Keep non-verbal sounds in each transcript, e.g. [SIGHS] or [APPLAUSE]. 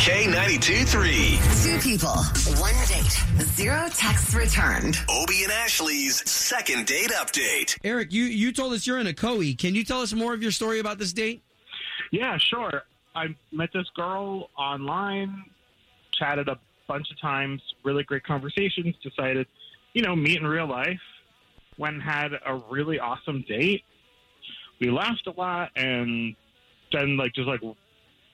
K92 3. Two people, one date, zero texts returned. Obie and Ashley's second date update. Eric, you, you told us you're in a coe. Can you tell us more of your story about this date? Yeah, sure. I met this girl online, chatted a bunch of times, really great conversations, decided, you know, meet in real life, went and had a really awesome date. We laughed a lot and then like just like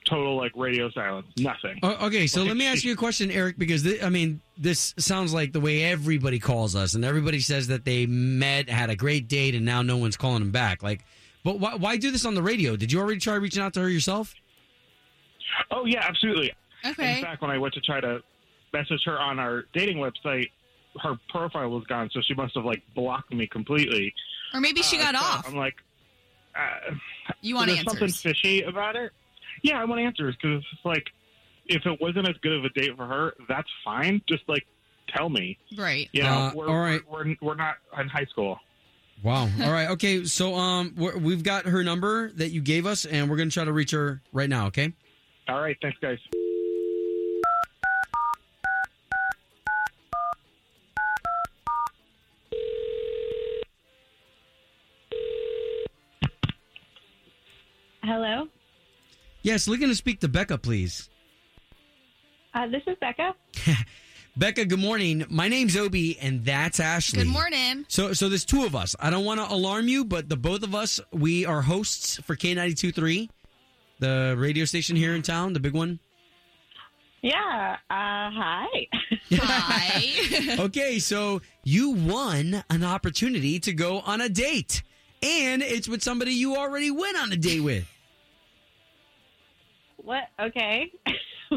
total like radio silence. Nothing. Oh. O- Uh, okay, so let me ask you a question, Eric, because thi- I mean, this sounds like the way everybody calls us, and everybody says that they met, had a great date, and now no one's calling them back. Like, but why, why do this on the radio? Did you already try reaching out to her yourself? Oh yeah, absolutely. In Okay. fact, when I went to try to message her on our dating website, her profile was gone, so she must have like blocked me completely. Or maybe she Uh, got so off. I'm like, uh, you want there's something answers. fishy about it. Yeah, I want answers because it's like, if it wasn't as good of a date for her, that's fine. Just like tell me. Right. You know, Uh, we're, all right. we're, we're we're not in high school. Wow. [LAUGHS] All right. Okay. So um, we're, we've got her number that you gave us, and we're gonna try to reach her right now. Okay. All right, thanks guys. Hello. Yes, looking to speak to Becca, please. Uh, this is Becca. Becca, good morning. My name's Obi, and that's Ashley. Good [LAUGHS] morning. So, so there's two of us. I don't want to alarm you, but the both of us, we are hosts for K92.3, the radio station here in town, the big [LAUGHS] one. Yeah. Uh, hi. [LAUGHS] Hi. Okay, so you won an opportunity to go on a date, and it's with somebody you already went on a date with. what? Okay. [LAUGHS]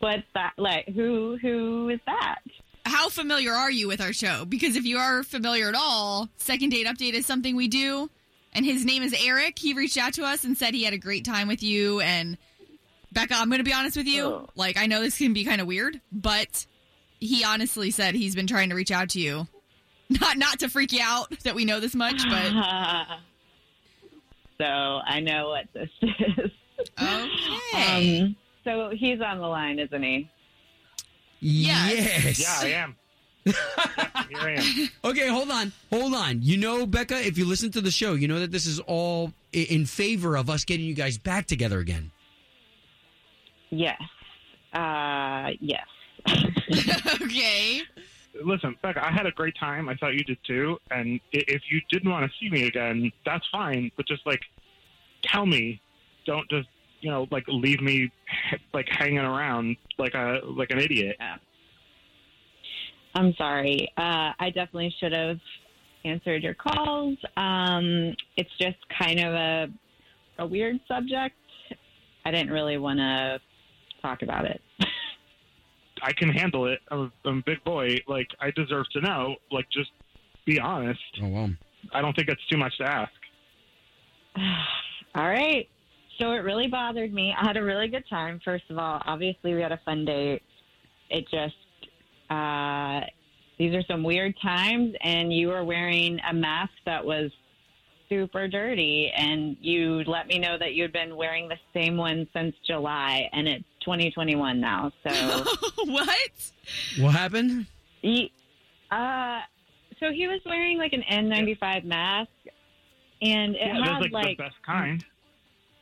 What's that like? Who? Who is that? [LAUGHS] How familiar are you with our show? Because if you are familiar at all, Second Date Update is something we do. And his name is Eric. He reached out to us and said he had a great time with you. And Becca, I'm going to be honest with you. Oh. Like, I know this can be kind of weird, but he honestly said he's been trying to reach out to you. Not not to freak you out that we know this much, [SIGHS] but [LAUGHS] so I know what this [LAUGHS] is. okay. Um, so he's on the line, isn't he? Yes. Yes. Yeah, I am. Yep, here I am. Okay, hold on, hold on. You know, Becca, if you listen to the show, you know that this is all i- in favor of us getting you guys back together again. Yes. Uh, yes. [LAUGHS] okay. Listen, Becca, I had a great time. I thought you did too. And i- if you didn't want to see me again, that's fine. But just like, tell me. Don't just you know like leave me like hanging around like a like an idiot. I'm sorry. Uh, I definitely should have answered your calls. Um, it's just kind of a a weird subject. I didn't really want to talk about it. I can handle it. I'm a, I'm a big boy. Like I deserve to know. Like just be honest. Oh wow. I don't think it's too much to ask. [SIGHS] all right. So it really bothered me. I had a really good time. First of all, obviously we had a fun date. It just uh, these are some weird times, and you were wearing a mask that was super dirty, and you let me know that you'd been wearing the same one since July, and it's 2021 now. So. [LAUGHS] oh. [LAUGHS] what? What happened? He, uh, so he was wearing like an N95 mask, and it Yeah, had that's like, like the best kind.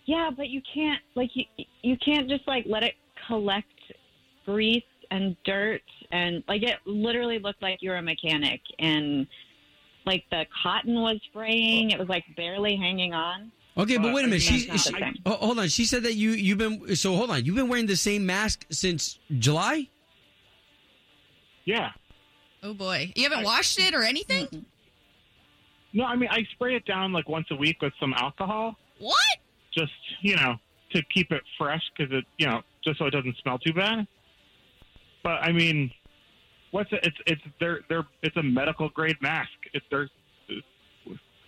yeah, but you can't like you you can't just like let it collect grease and dirt and like it literally looked like you were a mechanic and like the cotton was spraying. It was like barely hanging on. Okay, but Uh, wait a minute. I mean, She, that's she not the thing. oh, hold on. She said that you you've been so hold on. You've been wearing the same mask since July. Yeah. Oh boy. You haven't washed it or anything? Mm-hmm. No, I mean I spray it down like once a week with some alcohol, What? just you know to keep it fresh because it you know just so it doesn't smell too bad. But I mean, what's it? It's it's they're they're it's a medical grade mask. It's they're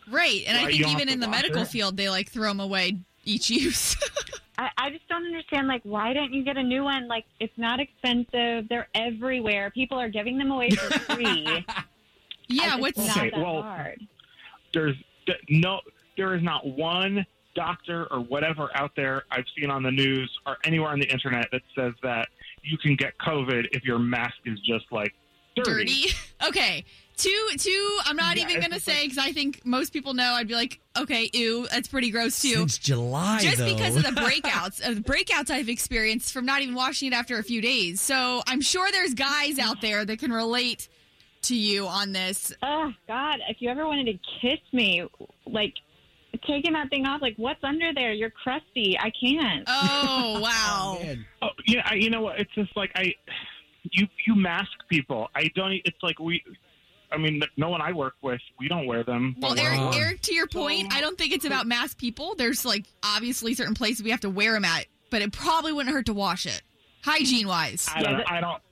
Right. And I Right, you think don't have even to in the wash medical it. field, they like throw them away each use. [LAUGHS] I, I just don't understand. Like, why don't you get a new one? Like, it's not expensive. They're everywhere. People are giving them away for free. [LAUGHS] yeah. It's What's not Okay, that well, hard? there's th- no there is not one doctor or whatever out there I've seen on the news or anywhere on the internet that says that you can get COVID if your mask is just like dirty. dirty. [LAUGHS] Okay. Two, two. I'm not Yeah, even it's gonna just say because I think most people know. I'd be like, okay, ew, that's pretty gross too. Since July, Just though. because [LAUGHS] of the breakouts, of the breakouts I've experienced from not even washing it after a few days. So I'm sure there's guys out there that can relate to you on this. Oh God! If you ever wanted to kiss me, like taking that thing off, like what's under there? You're crusty. I can't. [LAUGHS] Oh wow. Man. Oh, yeah, I, you know what? It's just like I, you you mask people. I don't. e- It's like we. I mean, no one I work with, we don't wear them. Well, But Wow. Eric, Eric, to your point, I don't think it's about mass people. There's like obviously certain places we have to wear them at, but it probably wouldn't hurt to wash it, hygiene wise. I don't. Yeah, know. that- I don't.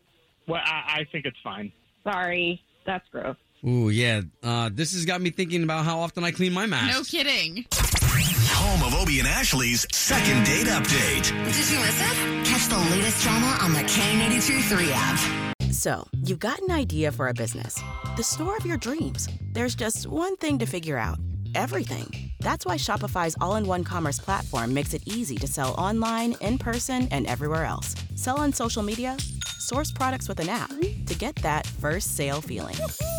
Well, I, I think it's fine. Sorry, that's gross. oh. Ooh, yeah. Uh, this has got me thinking about how often I clean my mask. No kidding. Home of Obie and Ashley's second date update. Did you miss it? Catch the latest drama on the K82 3 app. So, you've got an idea for a business, the store of your dreams. There's just one thing to figure out everything. That's why Shopify's all in one commerce platform makes it easy to sell online, in person, and everywhere else. Sell on social media, source products with an app to get that first sale feeling.